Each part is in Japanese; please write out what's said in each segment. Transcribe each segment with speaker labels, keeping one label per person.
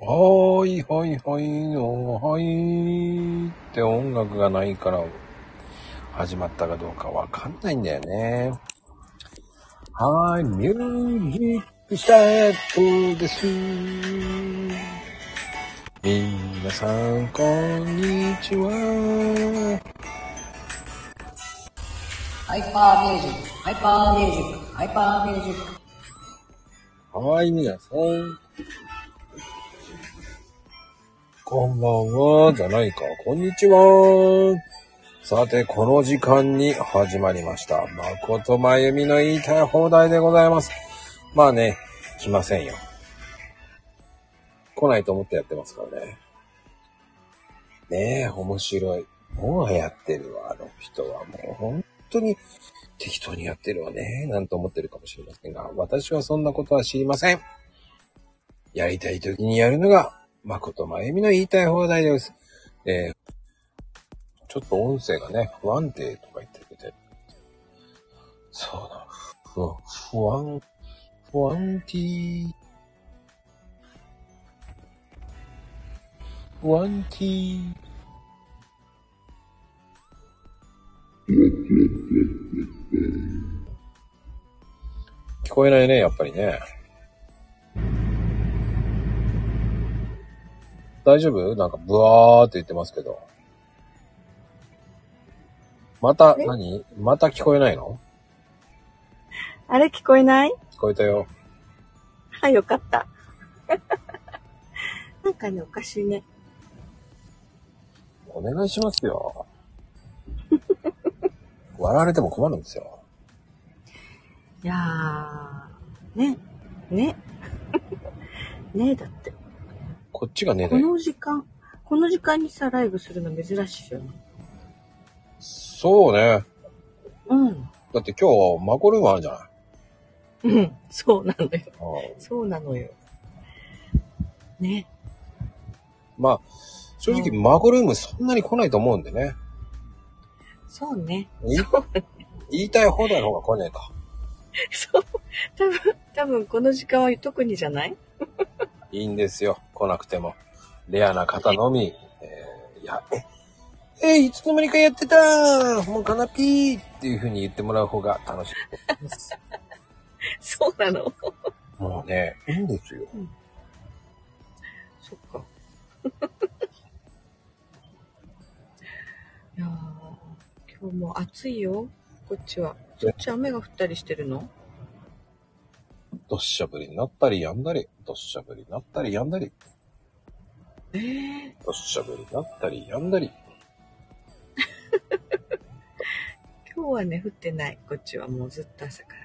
Speaker 1: はーい、はい、はい、おーはいって音楽がないから始まったかどうかわかんないんだよね。はーい、ミュージックスタートです。皆さん、こんにちは。
Speaker 2: ハイパーミュージック、ハイパーミュージック、ハイパーミュージック。
Speaker 1: はーい、皆さん。こんばんは、じゃないか。こんにちは。さて、この時間に始まりました。誠まゆみの言いたい放題でございます。まあね、来ませんよ。来ないと思ってやってますからね。ねえ、面白い。もうやってるわ、あの人は。もう本当に適当にやってるわね、なんて思ってるかもしれませんが、私はそんなことは知りません。やりたい時にやるのが、誠まゆみの言いたい放題です。えーちょっと音声がね、不安定とか言ってくれて。そうなの。不安、不安ティー。不安ティー。聞こえないね、やっぱりね。大丈夫なんかブワーって言ってますけど。また、
Speaker 3: え
Speaker 1: 何また聞こえないの
Speaker 3: あれ聞こえない
Speaker 1: 聞こえたよ。
Speaker 3: あ、よかった。 なんかね、おかしいね。
Speaker 1: お願いします よ。笑われても困るんですよ。
Speaker 3: いやー、ね、 ね、ねえだって。
Speaker 1: こっちがね
Speaker 3: こ、の時間、この時間にさ、ライブするの珍しいよね。
Speaker 1: そうね。
Speaker 3: うん。
Speaker 1: だって今日、マコルームあるじゃない。
Speaker 3: うん、そうなのよ。
Speaker 1: うん
Speaker 3: そうなのよ。ね。
Speaker 1: まあ、正直、
Speaker 3: うん
Speaker 1: マコルームそんなに来ないと思うんでね。
Speaker 3: そうね。
Speaker 1: い言いたい放題の方が来ねえか。
Speaker 3: そう。多分、多分この時間は特にじゃない
Speaker 1: いいんですよ。来なくても。レアな方のみ。えーいや、え、えい、いつの間にかやってたもうカナピーっていう風に言ってもらう方が楽しいです。
Speaker 3: そうなの。
Speaker 1: もうね、いいんですよ。
Speaker 3: そっか。 いやー今日も暑いよ、こっちは。そっち雨が降ったりしてるの
Speaker 1: どっしゃぶりになったりやんだり、どっしゃぶりになったりやんだり、
Speaker 3: ええ
Speaker 1: どっしゃぶりになったりやんだり。
Speaker 3: 今日はね、降ってない。こっちはもうずっと朝から。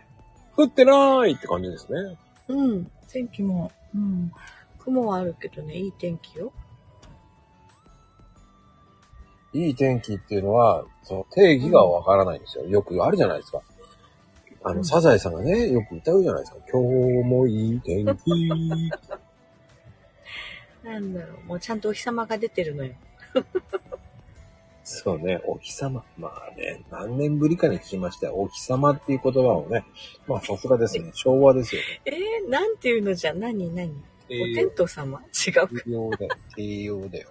Speaker 1: 降ってないって感じですね。
Speaker 3: うん、天気も、うん、雲はあるけどね、いい天気よ。
Speaker 1: いい天気っていうのは、その定義がわからないんですよ。よくあるじゃないですか。あ
Speaker 3: う
Speaker 1: の、
Speaker 3: ん
Speaker 1: サザエさんがね、よく歌うじゃないですか。今日もいい天気。
Speaker 3: なんだろう、もうちゃんとお日様が出てるのよ。
Speaker 1: そうね、お日様。まあね、何年ぶりかに聞きましたよ。お日様っていう言葉をね、まあさすがですね、昭和ですよね。
Speaker 3: ええなんていうのじゃ、何何
Speaker 1: 帝
Speaker 3: お天道様違うか。
Speaker 1: 王だよ。帝王だよ。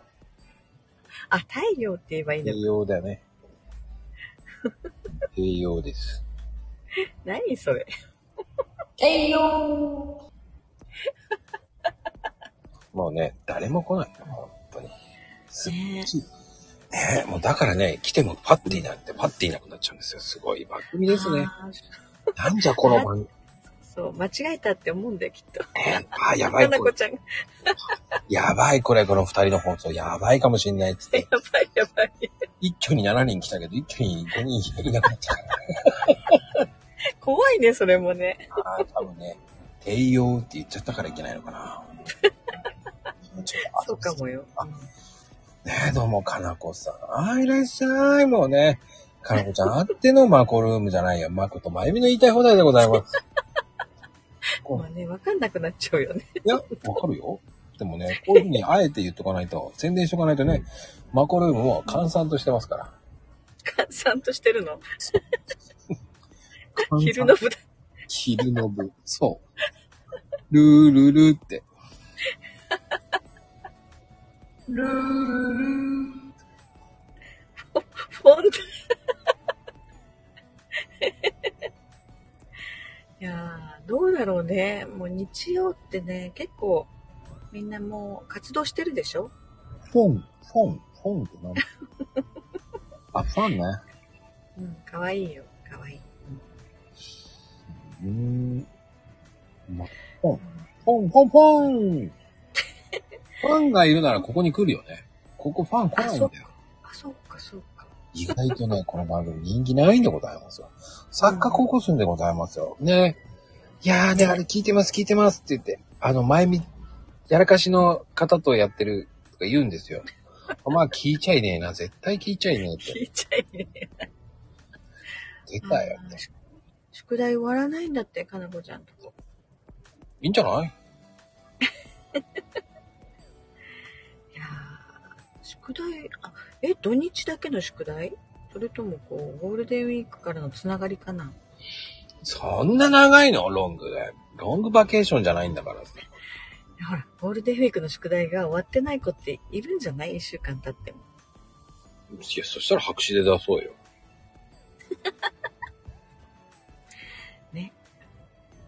Speaker 3: あ、太陽って言えばい いのか
Speaker 1: 帝王だよね。帝王です。
Speaker 3: 何それ。
Speaker 2: ていよ
Speaker 1: もうね、誰も来ない。本当に。すっ
Speaker 3: ね
Speaker 1: きり。ねえもうだからね、来てもパッていなくて、パッていなくなっちゃうんですよ。すごい番組ですね。
Speaker 3: あー
Speaker 1: なんじゃこの番組。
Speaker 3: そう、間違えたって思うんだよ、きっと。
Speaker 1: ねえ あー、やば
Speaker 3: か
Speaker 1: い
Speaker 3: な
Speaker 1: こ
Speaker 3: こ
Speaker 1: れ。
Speaker 3: ちゃんが、
Speaker 1: やばいこれ、この二人の放送。やばいかもしんないっつっ
Speaker 3: や
Speaker 1: て。
Speaker 3: ばいやばい。
Speaker 1: 一挙に7人来たけど、一挙に5人いなくなっちゃうから。
Speaker 3: 怖いね、それもね。
Speaker 1: あー多分ね、帝王って言っちゃったからいけないのかな。ちょっと
Speaker 3: そうかもよ。
Speaker 1: ねえ、どうも、かなこさん。あー、いらっしゃい。もうね、かなこちゃんあってのマコルームじゃないよ。マコとまゆみの言いたい放題でございます。
Speaker 3: うんまあね、わかんなくなっちゃうよね。
Speaker 1: いや、わかるよ。でもね、こういうふうにあえて言っとかないと、宣伝しとかないとね、マコルームを閑散としてますから。
Speaker 3: 閑散としてるの。
Speaker 1: 閑散
Speaker 3: 昼の。部だ。
Speaker 1: 昼の部。そう。ルールルって。
Speaker 3: ルールルー。フォント。 いやー、どうだろうね。もう日曜ってね、結構、みんなもう活動してるでしょ
Speaker 1: フォン、フォン、フォンってなんだあ、ファンね。
Speaker 3: うん、かわいいよ。かわいい。
Speaker 1: うーん。ま、フォン、フォン、フォン、フォンファンがいるならここに来るよね。ここファン来ないんだよ
Speaker 3: あ。あ、そうか、そうか。
Speaker 1: 意外とね、この番組人気ないんでございますよ。作家高校生でございますよ。ね。いやーね、あれ聞いてます、聞いてますって言って、あの、前み、やらかしの方とやってるとか言うんですよ。まあ、聞いちゃいねえな、絶対聞いちゃいねえって
Speaker 3: 聞いちゃいね。
Speaker 1: 出たよね。
Speaker 3: 宿題終わらないんだって、かなこちゃんとこ。
Speaker 1: いいんじゃない
Speaker 3: いやー、宿題、あ、え、土日だけの宿題それともこう、ゴールデンウィークからのつながりかな
Speaker 1: そんな長いのロングで。ロングバケーションじゃないんだからさ。
Speaker 3: いやほら、ゴールデンウィークの宿題が終わってない子っているんじゃない一週間経っても。
Speaker 1: いや、そしたら白紙で出そうよ。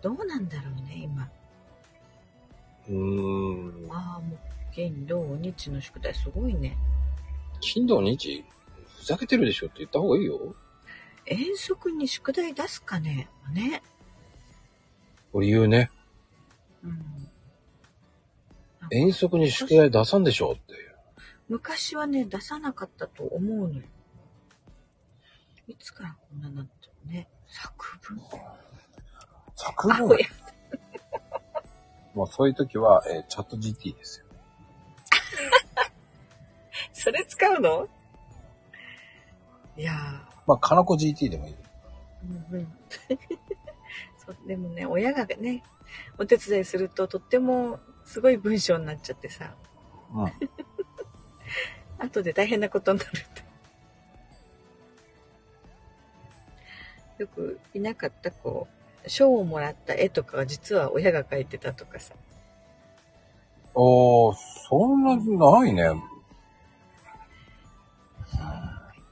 Speaker 3: どうなんだろうね、今。
Speaker 1: うーん。
Speaker 3: ああ、もう、金、土、日の宿題すごいね。
Speaker 1: 金土日、ふざけてるでしょって言った方がいいよ。
Speaker 3: 遠足に宿題出すかねね。
Speaker 1: 俺言うね。
Speaker 3: うん。
Speaker 1: 遠足に宿題出さんでしょうっていう。
Speaker 3: 昔はね、出さなかったと思うのよ。いつからこんなになったのね。作文。
Speaker 1: 作
Speaker 3: あ、これ、
Speaker 1: もうそういう時は、えーチャット GT ですよ。
Speaker 3: それ使うのいや
Speaker 1: まあ、かなこ GT でもいい。
Speaker 3: ー、うん うん。そうでもね、親がね、お手伝いするととってもすごい文章になっちゃってさ、
Speaker 1: うん。
Speaker 3: 後で大変なことになるって。よくいなかったこう賞をもらった絵とかは実は親が描いてたとかさ。
Speaker 1: おー、そんなにないね。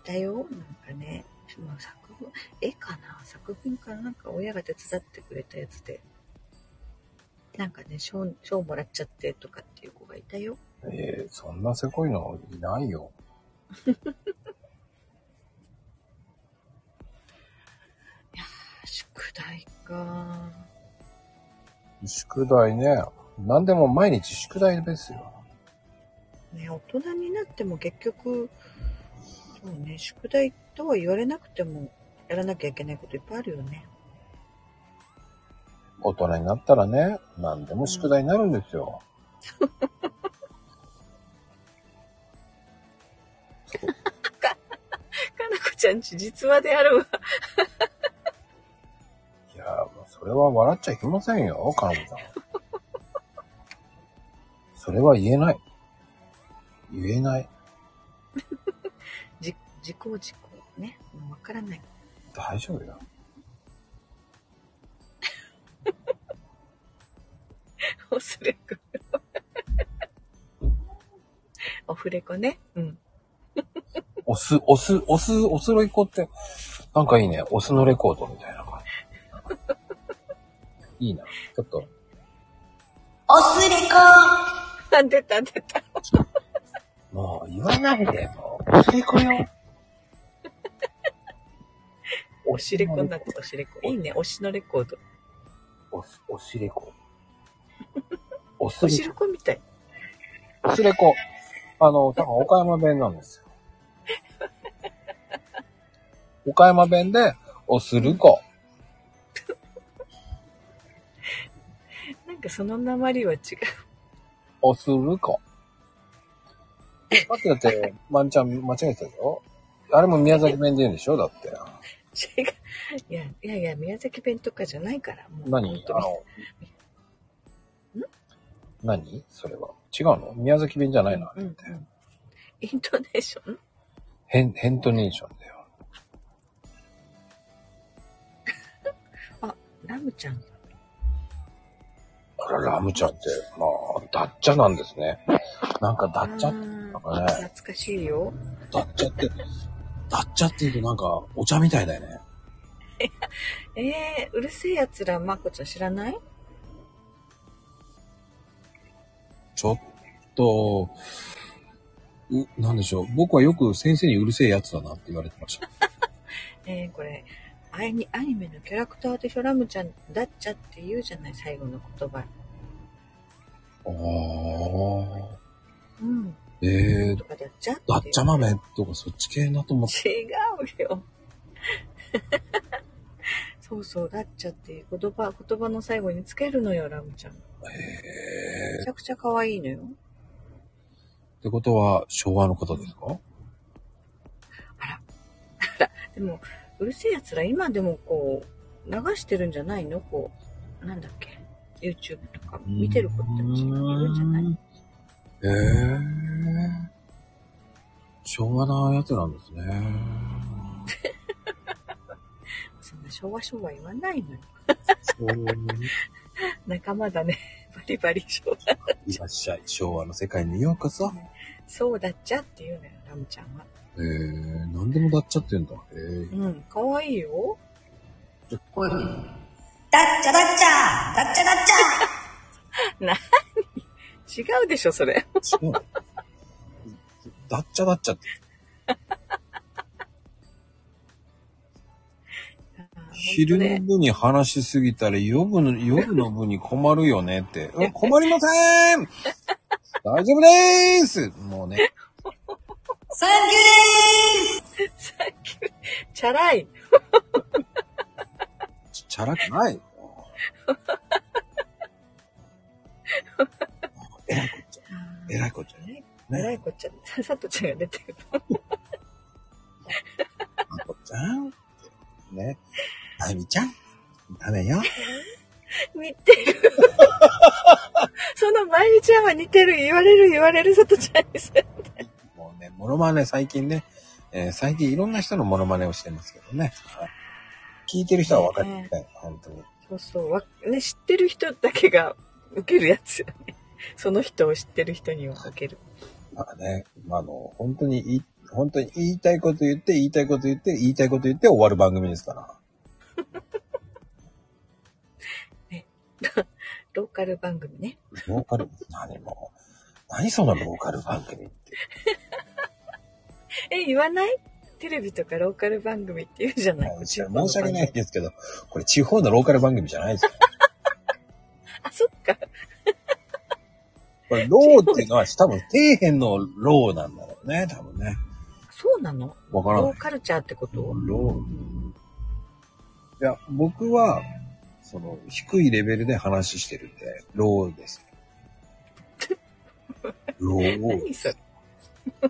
Speaker 3: だよ、なんかね。まあ作文、絵かな作文かななんか親が手伝ってくれたやつで。なんかね、賞、賞もらっちゃってとかっていう子がいたよ。
Speaker 1: えー、そんなせこいのいないよ。
Speaker 3: 宿題か。
Speaker 1: 宿題ね。何でも毎日宿題ですよ。
Speaker 3: ね、大人になっても結局、そうね、宿題とは言われなくても、やらなきゃいけないこといっぱいあるよね。
Speaker 1: 大人になったらね、何でも宿題になるんですよ。
Speaker 3: かなこちゃんち実話であるわ。
Speaker 1: いやー、もうそれは笑っちゃいけませんよ、かなこさん。 それは言えない。言えない。
Speaker 3: じ、時効時効。ね。もうわからない。
Speaker 1: 大丈夫よ。
Speaker 3: オフレコ。オフレコね。うん。
Speaker 1: オス、オス、オス、オスレコって、なんかいいね。オスのレコードみたいな感じ。いいな。ちょっと、
Speaker 2: オスレコ
Speaker 3: あ、出た出た。
Speaker 1: もう言わないでよ。オスレコよ。
Speaker 3: おしれこになった、おしれこ。いいね、推しのレコード。
Speaker 1: オス、オスレコ。オス
Speaker 3: お
Speaker 1: レ
Speaker 3: し
Speaker 1: コ。
Speaker 3: るこみたい。
Speaker 1: オスレコ。あの、多分岡山弁なんですよ。岡山弁で、オスルコ。
Speaker 3: なんかその鉛は違う。
Speaker 1: オスルコ。だってだって、まんちゃん間違えてたよ。あれも宮崎弁で言うんでしょだって。
Speaker 3: 違う。いや、いやいや、宮崎弁とかじゃないから。もう
Speaker 1: 何あ
Speaker 3: 本
Speaker 1: の、何それは。違うの宮崎弁じゃないの
Speaker 3: 当にうんうん。イントネーション
Speaker 1: ヘン、ヘントネーションだよ。
Speaker 3: あ、ラムちゃん。
Speaker 1: ら、ラムちゃんって、まあ、ダッチャなんですね。なんかダッチャって、
Speaker 3: あ
Speaker 1: なん
Speaker 3: ー
Speaker 1: かね、
Speaker 3: 懐かしいよ。
Speaker 1: ダッチャって、ダッチャって言うとなんか、お茶みたいだよね。
Speaker 3: えー、うるせえやつら、まこちゃん知らない
Speaker 1: ちょっと、う、なんでしょう。僕はよく先生にうるせえやつだなって言われてました。
Speaker 3: えー、これ、アニアニメのキャラクターでしょ、ラムちゃん、だっちゃって言うじゃない、最後の言葉。
Speaker 1: ああ。
Speaker 3: うん。
Speaker 1: えー、
Speaker 3: とか、だっちゃって。
Speaker 1: ダッチャ豆とかそっち系だと思って。
Speaker 3: 違うよ。 そうそう、だっちゃっていう言葉、言葉の最後につけるのよ、ラムちゃん。
Speaker 1: え
Speaker 3: めちゃくちゃ可愛いのよ。
Speaker 1: ー、ってことは、昭和の方ですか
Speaker 3: でも、うるせえやつら、今でもこう、流してるんじゃないのこう、なんだっけ、YouTube とか見てる子たちいるんじゃない
Speaker 1: えー、昭和なやつなんですね。
Speaker 3: そんな昭和昭和言わないのよ。
Speaker 1: そう
Speaker 3: 仲間だね。バリバリ昭和。
Speaker 1: いらっしゃい。昭和の世界にようこそ。
Speaker 3: そうだっちゃって言うのよ、ラムちゃんは。
Speaker 1: えー、何でもダッチャって言うんだ。えー、
Speaker 3: うん、可愛いよ。
Speaker 2: こういうふうに。ダッチャダッチャダッチャダッチャ
Speaker 3: 違うでしょ、それ。
Speaker 1: 違う。ダッチャダッチャって。昼の
Speaker 3: ね。
Speaker 1: 部に話しすぎたら夜の、夜の部に困るよねって。うん困りません 大丈夫でーすもうね。
Speaker 2: サンキューでーす
Speaker 3: さっき、チャラい。
Speaker 1: ちチャラくない。えらいこっちゃ。えらいこっちゃ。
Speaker 3: ねえら
Speaker 1: ね
Speaker 3: いこっちゃ、ささとちゃんが出てる。
Speaker 1: え、まこちゃん。ね。まゆみちゃん。ダメよ。
Speaker 3: 似てる。 そのまゆみちゃんは似てる。言われる言われる、さとちゃんにさ。
Speaker 1: もうね、モノマネ最近ね、えー最近いろんな人のモノマネをしてますけどね。はい聞いてる人は分かってみたい。本当に。
Speaker 3: そうそう。わね、知ってる人だけが受けるやつよね。その人を知ってる人には受ける。
Speaker 1: まあね、まああの、本当にいい、本当に言いたいこと言って、言いたいこと言って、言いたいこと言って終わる番組ですから。
Speaker 3: ローカル番組ね。
Speaker 1: ローカル、何も。何そのローカル番組って。
Speaker 3: え、言わないテレビとかローカル番組って言うじゃない
Speaker 1: はい申し訳ない。ですけど、これ地方のローカル番組じゃないですよ。
Speaker 3: あ、そっか。
Speaker 1: これ、ローっていうのは多分底辺のローなんだろうね、多分ね。
Speaker 3: そうなの
Speaker 1: わからな
Speaker 3: ロ
Speaker 1: い
Speaker 3: ー。カルチャーってこと
Speaker 1: ロー。いや、僕は、その、低いレベルで話してるんで、ローです。ロー。
Speaker 3: 何それ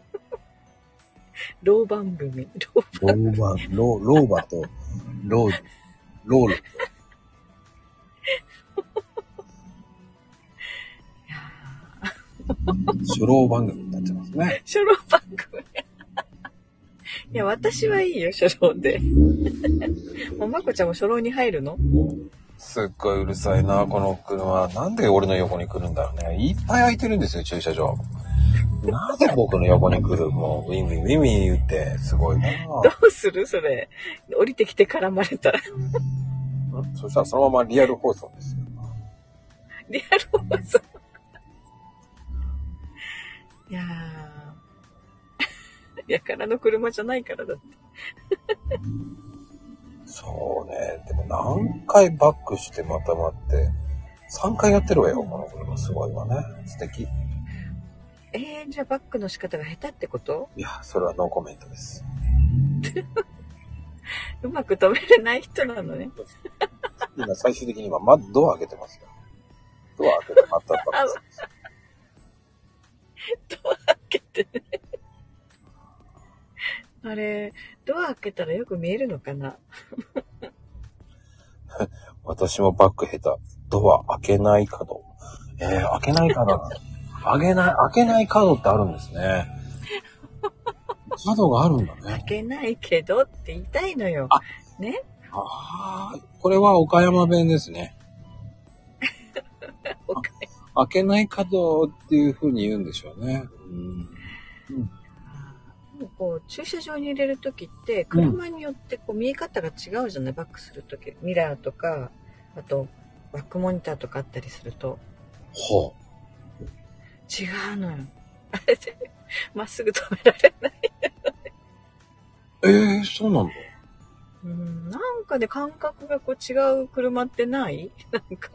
Speaker 3: ロー番組。ロー
Speaker 1: ローバ、ロー、ローバと、ロー、ロール。初老番組になってますね。
Speaker 3: 初老番 組。いや、私はいいよ、初老で。 もう、まこちゃんも初老に入るの
Speaker 1: すっごいうるさいな、この車。なんで俺の横に来るんだろうね。いっぱい空いてるんですよ、駐車場。なぜ僕の横に来るもう、ウィンウィンウィンウィン言って、すごいな。
Speaker 3: どうするそれ。降りてきて絡まれた ら。
Speaker 1: そしたらそのままリアル放送ですよ。
Speaker 3: リアル放送。いや ー。やからの車じゃないからだって。
Speaker 1: そうね。でも何回バックしてまた待って、3回やってるわよ、この車。すごいわね。素敵。
Speaker 3: えー、じゃあバックの仕方が下手ってこと
Speaker 1: いや、それはノーコメントです。
Speaker 3: うまく止めれない人なのね。
Speaker 1: 今、最終的に今、ま、ドア開けてますよ。ドア開けてまたバックです。
Speaker 3: ドア開けてね。 あれ、ドア開けたらよく見えるのかな
Speaker 1: 私もバック下手。ドア開けない角。えー、開けない角なの開けない、開けない角ってあるんですね。角があるんだ
Speaker 3: 開
Speaker 1: ね。
Speaker 3: けないけどって言いたいのよ。ね
Speaker 1: ああ、これは岡山弁ですね。
Speaker 3: 岡
Speaker 1: 開けない角っていう風に言うんでしょうね。うん。
Speaker 3: もうこう駐車場に入れる時って車によってこう見え方が違うじゃない、バックする時ミラーとかあとバックモニターとかあったりすると
Speaker 1: ほ。
Speaker 3: 違うのよあれでまっすぐ止められないう
Speaker 1: ええー、そうなんだ。
Speaker 3: うんなんかで感覚がこう違う車ってない なんか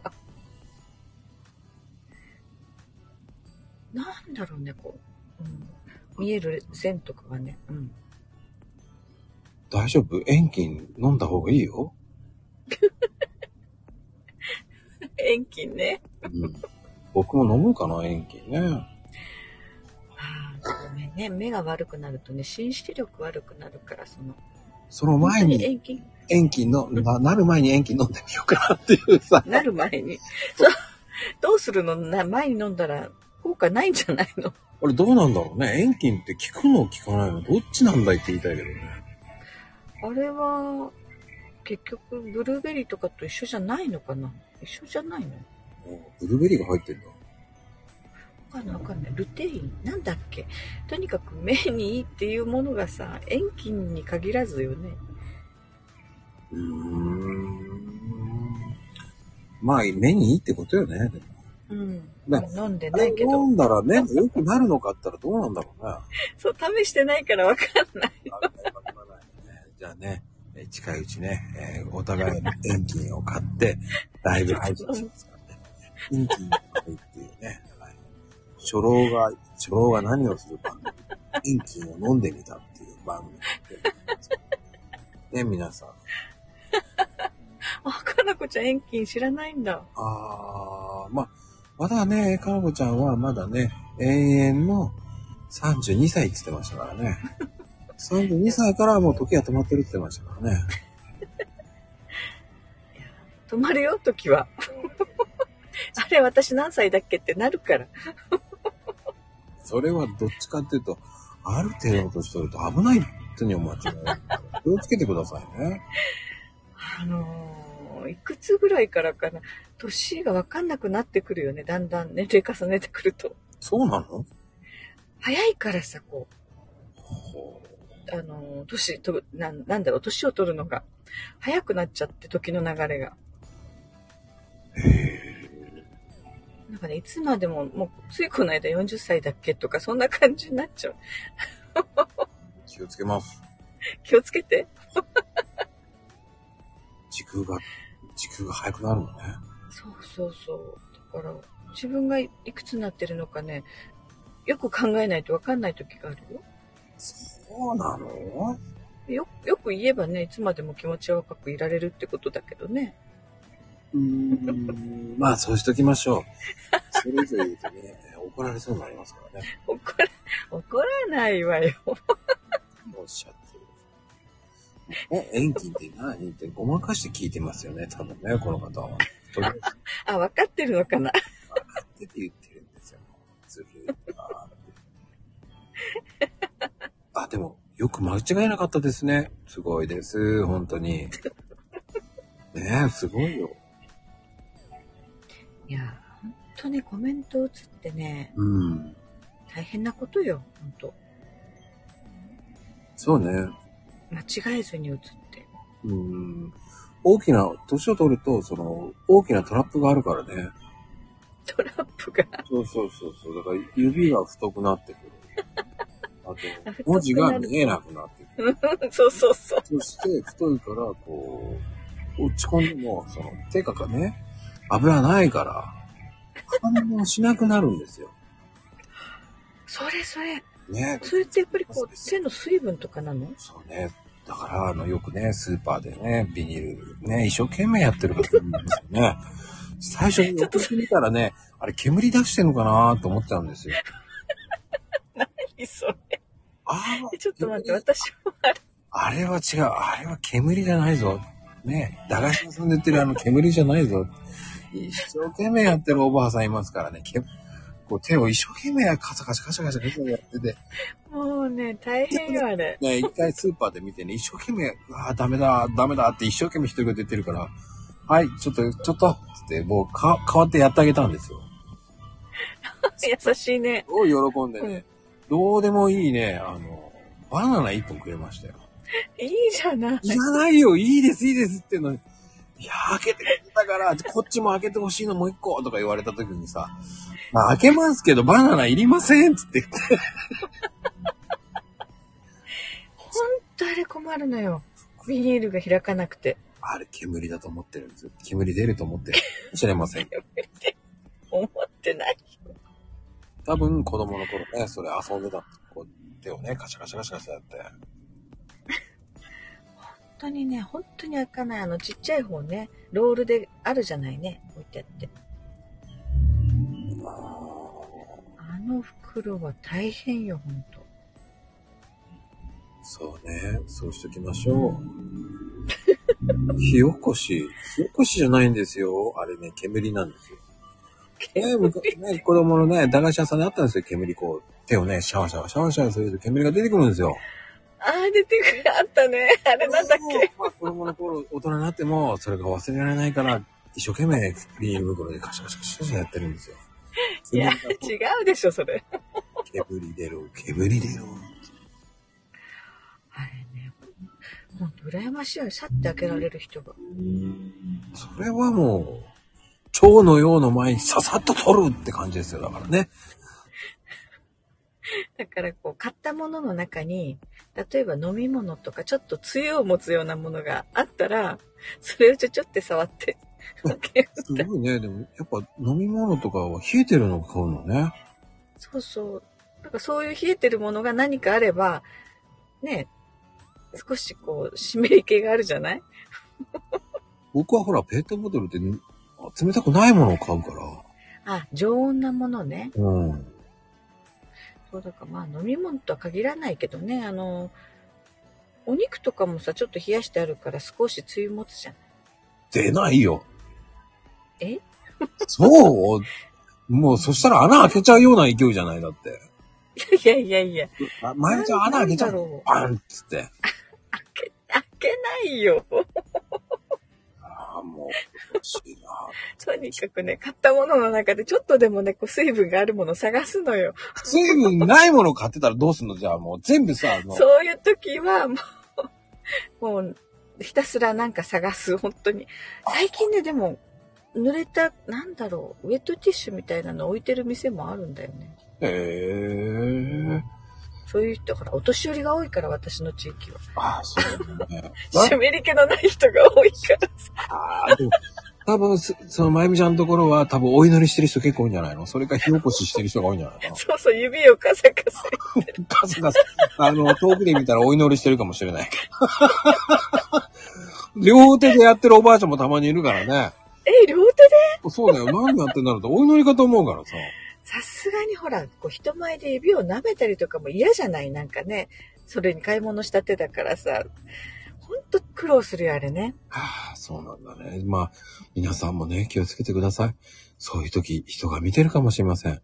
Speaker 3: なんだろうねこう、うん、見える線とかがねうん
Speaker 1: 大丈夫遠近飲んだ方がいいよ。
Speaker 3: 遠近ね
Speaker 1: うん。僕も飲むかな、遠近ね。
Speaker 3: ああ、ごめんね。目が悪くなるとね、心視力悪くなるから、その、
Speaker 1: その前に、
Speaker 3: 遠近
Speaker 1: 遠近の、な、なる前に遠近飲んでみようかなっていうさ。
Speaker 3: なる前 に。そう。どうするのな前に飲んだら効果ないんじゃないの
Speaker 1: 俺どうなんだろうね。遠近って聞くの聞かないのどっちなんだいって言いたいけどね。
Speaker 3: あれは、結局、ブルーベリーとかと一緒じゃないのかな一緒じゃないのわ
Speaker 1: ブルーベリーが入ってんだ。
Speaker 3: かんないわかんない。ルテインなんだっけとにかく目にいいっていうものがさ、遠近に限らずよね。
Speaker 1: うーん。まあ、目にいいってことよね。でも
Speaker 3: うん。
Speaker 1: まあ
Speaker 3: 飲んで
Speaker 1: あ
Speaker 3: な
Speaker 1: れ
Speaker 3: いけど
Speaker 1: 飲。んだら目が良くなるのかって言ったらどうなんだろうね。
Speaker 3: そう、試してないからわかんない。
Speaker 1: じゃあね、えー近いうちね、えーお互いの遠近を買って、ライブ配信しますからね。遠近を買うっていうね。はい初老が、初老が何をする番組。遠近を飲んでみたっていう番組で。ね、皆さん。
Speaker 3: あ、かなこちゃん遠近知らないんだ。
Speaker 1: あー、まあ、まだね、かなこちゃんはまだね、永遠の32歳って言ってましたから ね。32歳からはもう時が止まってるって言ってましたからね。
Speaker 3: 止まるよ、時は。あれ、私何歳だっけってなるから。
Speaker 1: それはどっちかっていうと、ある程度の年取ると危ないってに思っちゃう。気をつけてくださいね。
Speaker 3: あのーいくつぐらいからかな、年がわかんなくなってくるよね、だんだん年齢重ねてくると。
Speaker 1: そうなの
Speaker 3: 早いからさ、こ
Speaker 1: ほ
Speaker 3: う、あのー年と、なん、なんだろう、年を取るのが。早くなっちゃって、時の流れが。
Speaker 1: うへ
Speaker 3: なんかね、いつまでも、もう、ついこの間40歳だっけとか、そんな感じになっちゃう。
Speaker 1: ー気をつけます。
Speaker 3: 気をつけて。
Speaker 1: 時空が、時空が早くなるのね。
Speaker 3: そうそうそう。だから、自分がいくつになってるのかね、よく考えないとわかんない時があるよ。
Speaker 1: そうなの
Speaker 3: よ、よく言えばね、いつまでも気持ちは若くいられるってことだけどね。
Speaker 1: うーん。まあ、そうしときましょう。それ以上言うとね、怒られそうになりますからね。
Speaker 3: 怒ら、怒らないわよ。
Speaker 1: おっしゃってる。え、遠近って何ってごまかして聞いてますよね、多分ね、この方は。とりあえず
Speaker 3: あ、わかってるのかな。
Speaker 1: って言ってるんですよ。ずるいなああ、でも、よく間違えなかったですね。すごいです。本当に。ねえ、すごいよ。
Speaker 3: いや、ほんとね、コメント打つってね、
Speaker 1: うん。
Speaker 3: 大変なことよ。ほんと。
Speaker 1: そうね。
Speaker 3: 間違えずに打つって。
Speaker 1: うん。大きな、年を取ると、その、大きなトラップがあるからね。
Speaker 3: トラップが。
Speaker 1: そうそうそうそう。だから、指が太くなってくる。あ
Speaker 3: 太くなる
Speaker 1: と、文字が見えなくなってくる。
Speaker 3: うんそうそうそう。
Speaker 1: そして太いから、こう、落ち込んでも、その、手がかね、油ないから、反応しなくなるんですよ。
Speaker 3: それそれ。
Speaker 1: ね。
Speaker 3: それってやっぱりこう、手の水分とかなの
Speaker 1: そうね。だから、あの、よくね、スーパーでね、ビニール、ね、一生懸命やってる方いるんですよね。最初によく見たらね、あれ煙出してるのかなと思ったんですよ。
Speaker 3: いそれ。
Speaker 1: ああ、
Speaker 3: ちょっと待って、私もあれ。
Speaker 1: あれは違う。あれは煙じゃないぞ。ねえ、駄菓子屋さんで売ってるあの煙じゃないぞ。一生懸命やってるおばあさんいますからね。けこう手を一生懸命カサカサカサカサカサやってて、
Speaker 3: もうね、大変よ、あれ。
Speaker 1: ね、一回スーパーで見てね、一生懸命、ああ、ダメだ、ダメだって一生懸命一人が出てるから、はい、ちょっと、ちょっと、つって、もうか、代わってやってあげたんですよ。
Speaker 3: 優しいね。
Speaker 1: すごい喜んでね、どうでもいいね、あの、バナナ一本くれましたよ。
Speaker 3: いいじゃない。
Speaker 1: いらないよ、いいです、いいですってのに。いや、開けてくれたから、こっちも開けてほしいのもう一個とか言われた時にさ、まあ、開けますけど、バナナいりませんっつって言って。
Speaker 3: ほんとあれ困るのよ。ビニールが開かなくて。
Speaker 1: あれ、煙だと思ってるんですよ。煙出ると思ってる。かもしれません。
Speaker 3: 思ってない。
Speaker 1: 多分、子供の頃ね、それ遊んでた。こう、手をね、カシャカシャカシャカシャやって。
Speaker 3: 本当にね、本当に開かない。あの、ちっちゃい方ね、ロールであるじゃないね。置いてあって。
Speaker 1: あ
Speaker 3: あの袋は大変よ、ほんと。
Speaker 1: ーそうね、そうしときましょう。火起こし。火起こしじゃないんですよ。あれね、煙なんですよ。ね、昔ね、子供のね、駄菓子屋さんであったんですよ。煙こう、手をね、シャワシャワ、シャワシャワすると煙が出てくるんですよ。
Speaker 3: あー、出てくる。あったね。あれなんだっけ。
Speaker 1: まあ子供の頃、大人になっても、それが忘れられないから、一生懸命、ビニール袋でカシャカシャカシャカシャやってるんですよ。
Speaker 3: いや、違うでしょ、それ。
Speaker 1: 煙出る、煙出る。
Speaker 3: あれね、ほんと羨ましいよね。さって開けられる人が。
Speaker 1: それはもう、蝶のようの前にささっと取るって感じですよ。だからね。
Speaker 3: だからこう、買ったものの中に、例えば飲み物とか、ちょっとつゆを持つようなものがあったら、それをちょちょって触って、開ける
Speaker 1: すごいね。でも、やっぱ飲み物とかは冷えてるのを買うのね。
Speaker 3: そうそう。なんかそういう冷えてるものが何かあれば、ね、少しこう、湿り気があるじゃない
Speaker 1: 僕はほら、ペットボトルって冷たくないものを買うから。
Speaker 3: あ、常温なものね。
Speaker 1: うん。
Speaker 3: そうだからまあ飲み物とは限らないけどね、あの、お肉とかもさ、ちょっと冷やしてあるから少しつゆ持つじゃん。
Speaker 1: 出ないよ。
Speaker 3: え
Speaker 1: そうもうそしたら穴開けちゃうような勢いじゃないだって。
Speaker 3: いやいやいや、
Speaker 1: あ前ちゃん穴開けちゃ
Speaker 3: なんだ
Speaker 1: う
Speaker 3: ろう。
Speaker 1: バンっつって。
Speaker 3: 開け、開けないよ。
Speaker 1: ああ、もう、欲しいな。
Speaker 3: とにかくね、買ったものの中でちょっとでもね、こう水分があるものを探すのよ。
Speaker 1: 水分ないものを買ってたらどうすんのじゃあもう全部さ、あの
Speaker 3: そういう時はもう、もう、ひたすらなんか探す、本当に。最近ね、でも、濡れた、なんだろう、ウェットティッシュみたいなの置いてる店もあるんだよね。
Speaker 1: へえ。
Speaker 3: そういう人、ほら、お年寄りが多いから、私の地域は。
Speaker 1: ああ、そうだ ね。
Speaker 3: 湿り気のない人が多いからさ。
Speaker 1: ああ、でも、多分す、その、まゆみちゃんのところは、多分、お祈りしてる人結構多いんじゃないのそれか、火起こししてる人が多いんじゃないかな。
Speaker 3: そうそう、指をカサカサ。
Speaker 1: 数々、あの、遠くで見たらお祈りしてるかもしれない。 両手でやってるおばあちゃんもたまにいるからね。
Speaker 3: え、両手で
Speaker 1: そうだよ。何やってんだろうと、お祈りかと思うからさ。
Speaker 3: さすがにほら、こう人前で指を舐めたりとかも嫌じゃないなんかね。それに買い物したてだからさ。ほんと苦労するよ、あれね。
Speaker 1: はあ、そうなんだね。まあ、皆さんもね、気をつけてください。そういう時、人が見てるかもしれません。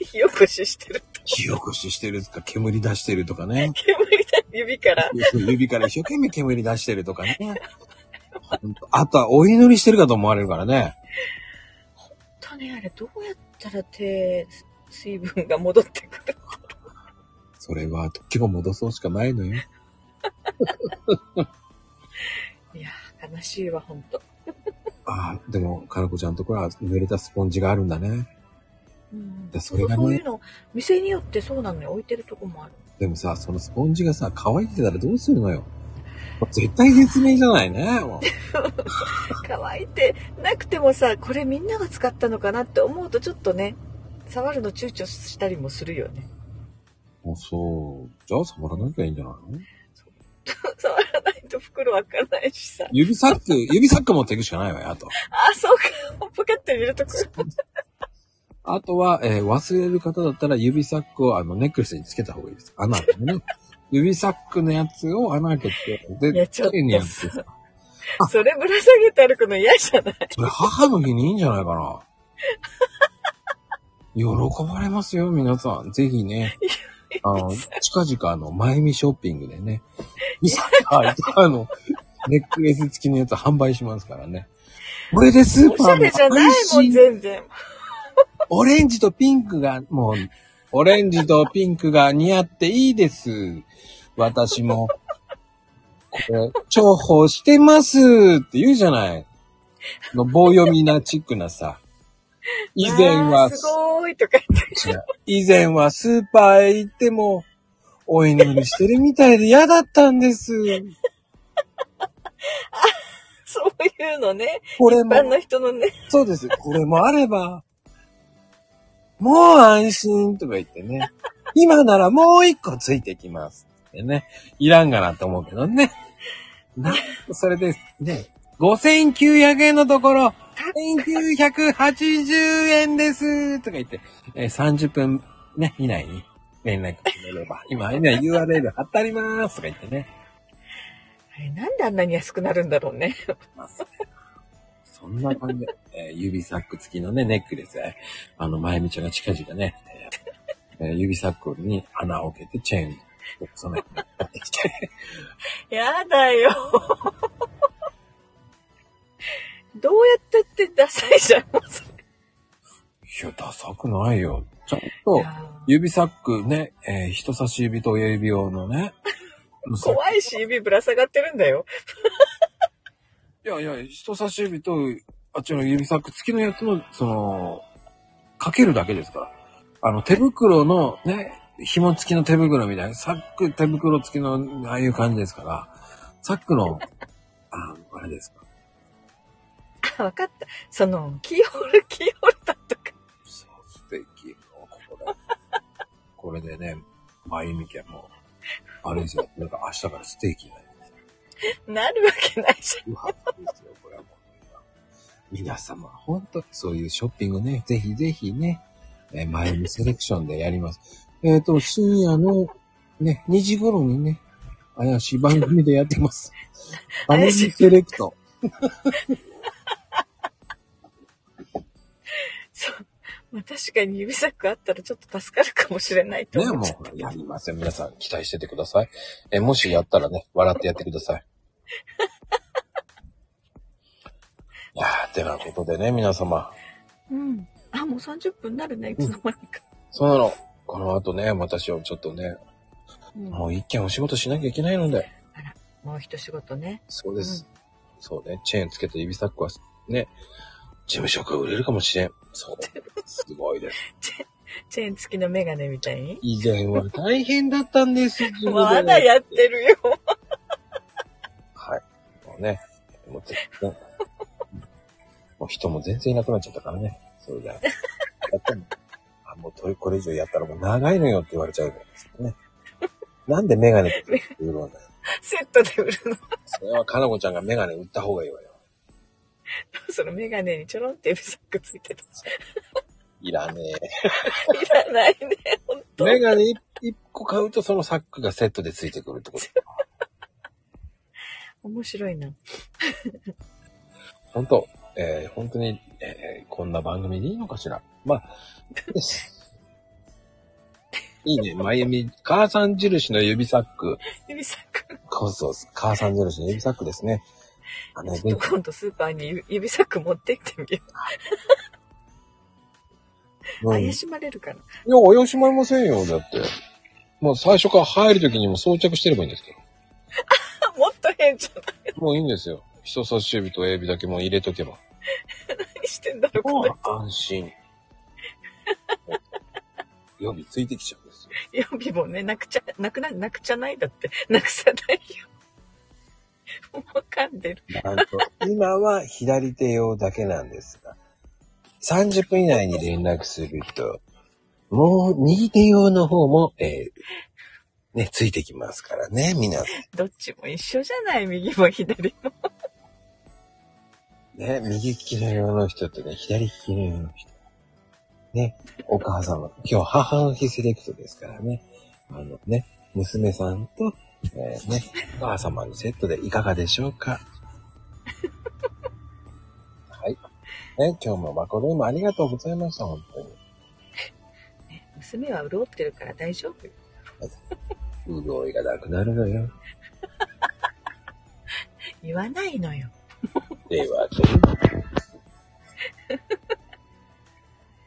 Speaker 3: 火起こししてる。
Speaker 1: 火起こししてるとか、煙出してるとかね。
Speaker 3: 煙だ、指から。
Speaker 1: 指から一生懸命煙出してるとかね。ほんとあとはお祈りしてるかと思われるからね。
Speaker 3: 本当ね、あれどうやったら手、水分が戻ってくる
Speaker 1: それは時を戻そうしかないのよ。
Speaker 3: いやー、悲しいわ、ほんと。
Speaker 1: ああ、でも、かなこちゃんのところは濡れたスポンジがあるんだね。
Speaker 3: うん
Speaker 1: でそれがね
Speaker 3: そういうの、店によってそうなのよ。置いてるとこもある。
Speaker 1: でもさ、そのスポンジがさ、乾いてたらどうするのよ。絶対絶命じゃないね。もう
Speaker 3: 乾いてなくてもさ、これみんなが使ったのかなって思うとちょっとね、触るの躊躇したりもするよね。
Speaker 1: もうそう。じゃあ触らなきゃいいんじゃないの
Speaker 3: 触らないと袋開かないしさ。
Speaker 1: 指サック、指サック持っていくしかないわよ、あと。
Speaker 3: あ、そうか。ポケットに入れとく。
Speaker 1: あとは、えー忘れる方だったら指サックをあのネックレスにつけた方がいいです。穴開けて ね。指サックのやつを穴開けて、
Speaker 3: い
Speaker 1: で、
Speaker 3: やちょっと
Speaker 1: 手にやってさ。
Speaker 3: それぶら下げて歩くの嫌じゃない
Speaker 1: それ母の日にいいんじゃないかな。喜ばれますよ、皆さん。ぜひね。あの、近々あの、まゆみショッピングでね。指サック開いたあ の、ネックレス付きのやつ販売しますからね。これでスー
Speaker 3: おし
Speaker 1: パ
Speaker 3: ゃ
Speaker 1: ーの
Speaker 3: れじゃないも
Speaker 1: 配
Speaker 3: ん、
Speaker 1: 信
Speaker 3: 全然。
Speaker 1: オレンジとピンクが、もう、オレンジとピンクが似合っていいです。私も、これ、重宝してますって言うじゃない。の棒読みなチックなさ。以前
Speaker 3: わ
Speaker 1: は
Speaker 3: ー、すごいとか言って。
Speaker 1: 違う以前はスーパーへ行っても、お祈りしてるみたいで嫌だったんです。
Speaker 3: そういうのね。
Speaker 1: これ
Speaker 3: 一般
Speaker 1: も、
Speaker 3: の人のね。
Speaker 1: そうです。これもあれば、もう安心とか言ってね。今ならもう一個ついてきます。ってね。いらんがなと思うけどね。な、それで、ね、5900円のところ、1980円ですとか言って、えー30分、ね、以内に連絡くれれば、今、今 URL 貼ってありますとか言ってね。
Speaker 3: あれ、なんであんなに安くなるんだろうね。
Speaker 1: そんな感じで、えー指サック付きのね、ネックレス。えーあの、まゆみちゃんが近々ね、えーえー指サックに穴を開けてチェーンを備えて持ってきて。
Speaker 3: やだよ。 どうやったってダサいじゃん。もうそれ
Speaker 1: いや、ダサくないよ。ちゃんと、指サックね、えー人差し指と親指用のね、サッ
Speaker 3: 怖いし、指ぶら下がってるんだよ。
Speaker 1: いやいや、人差し指と、あっちの指サック付きのやつの、その、かけるだけですから。あの、手袋のね、紐付きの手袋みたいな、サック、手袋付きの、ああいう感じですから、サックの、ああれですか。
Speaker 3: あ、わかった。その、キーホル、キーホルダーとか。
Speaker 1: そう、素敵。ここで。これでね、まゆみ家も、あれですよ、なんか明日からステーキになる。
Speaker 3: なるわけないじ
Speaker 1: うわ、いいですよ、これはもう。皆様、本当そういうショッピングね、ぜひぜひね、えー、前にセレクションでやります。 えっと、深夜の、ね、2時頃にね、怪しい番組でやってます。アメ
Speaker 3: 怪
Speaker 1: リ
Speaker 3: しい
Speaker 1: セレクト。
Speaker 3: ゃん。そう。まあ、確かに指サックあったらちょっと助かるかもしれないと
Speaker 1: ね、
Speaker 3: 思っ
Speaker 1: も
Speaker 3: ちゃった
Speaker 1: う、やりますよ。皆さん、期待しててください。えーもしやったらね、笑ってやってくださ い。いやー、てなことでね、皆様。
Speaker 3: うん。あ、もう30分になるね、いつの間にか。
Speaker 1: そうなの。この後ね、私をちょっとね、
Speaker 3: うん
Speaker 1: もう一件お仕事しなきゃいけないので。
Speaker 3: もう一仕事ね。
Speaker 1: そうです。そうね。チェーンつけて指サックは、ね、事務職が売れるかもしれん。そう。すごいです。
Speaker 3: チェーン付きのメガネみたいに。
Speaker 1: 以前は大変だったんです。自分で
Speaker 3: まだやってるよ。
Speaker 1: はい。もうね、もう全然、 もう人も全然いなくなっちゃったからね。それじゃあ、やっても、あ、もうこれこれ以上やったらもう長いのよって言われちゃうからですね。 なんでメガネって売るのだよ。
Speaker 3: セットで売るの。
Speaker 1: それはかなこちゃんがメガネ売った方がいいわよ。
Speaker 3: そのメガネにちょろんって指サックつい てる。
Speaker 1: いらねえ。
Speaker 3: いらないね、ほんと。
Speaker 1: メガネ1個買うとそのサックがセットでついてくるってこと。
Speaker 3: 面白いな。
Speaker 1: 本当、えー、本当に、えー、こんな番組でいいのかしら。まあ、 ですいいね、まゆみ、母さん印の指サック。
Speaker 3: 指サック。
Speaker 1: そうそう、母さん印の指サックですね。あの、
Speaker 3: ちょっと今度スーパーに指指サック持ってってみよ
Speaker 1: う
Speaker 3: う。
Speaker 1: ん、い
Speaker 3: 怪
Speaker 1: や、
Speaker 3: しまれるから。
Speaker 1: 怪しまれませんよ、だって。もう最初から入るときにも装着してればいいんですけ
Speaker 3: あもっと変じゃん。
Speaker 1: ど。もういいんですよ。人差し指と親指だけもう入れとけば。
Speaker 3: 何してんだろう、この
Speaker 1: 安心。予備ついてきちゃうんですよ。
Speaker 3: 予備もね、なくちゃ、なくな、なくちゃないだって。なくさないよ。 もう噛んでる。
Speaker 1: なんと今は左手用だけなんですが、30分以内に連絡すると、もう右手用の方も、えーね、ついてきますからね、皆さん。
Speaker 3: どっちも一緒じゃない右も左も。
Speaker 1: ね、右利きの用の人とね、左利きの用の人。ね、お母様、今日母の日セレクトですからね、あのね、娘さんと、えーね、お母様のセットでいかがでしょうか。はい。ね、今日もマコルームありがとうございました、本当に。
Speaker 3: 娘は潤ってるから大丈夫よ。
Speaker 1: 潤いがなくなるのよ。
Speaker 3: 言わないのよ。
Speaker 1: では、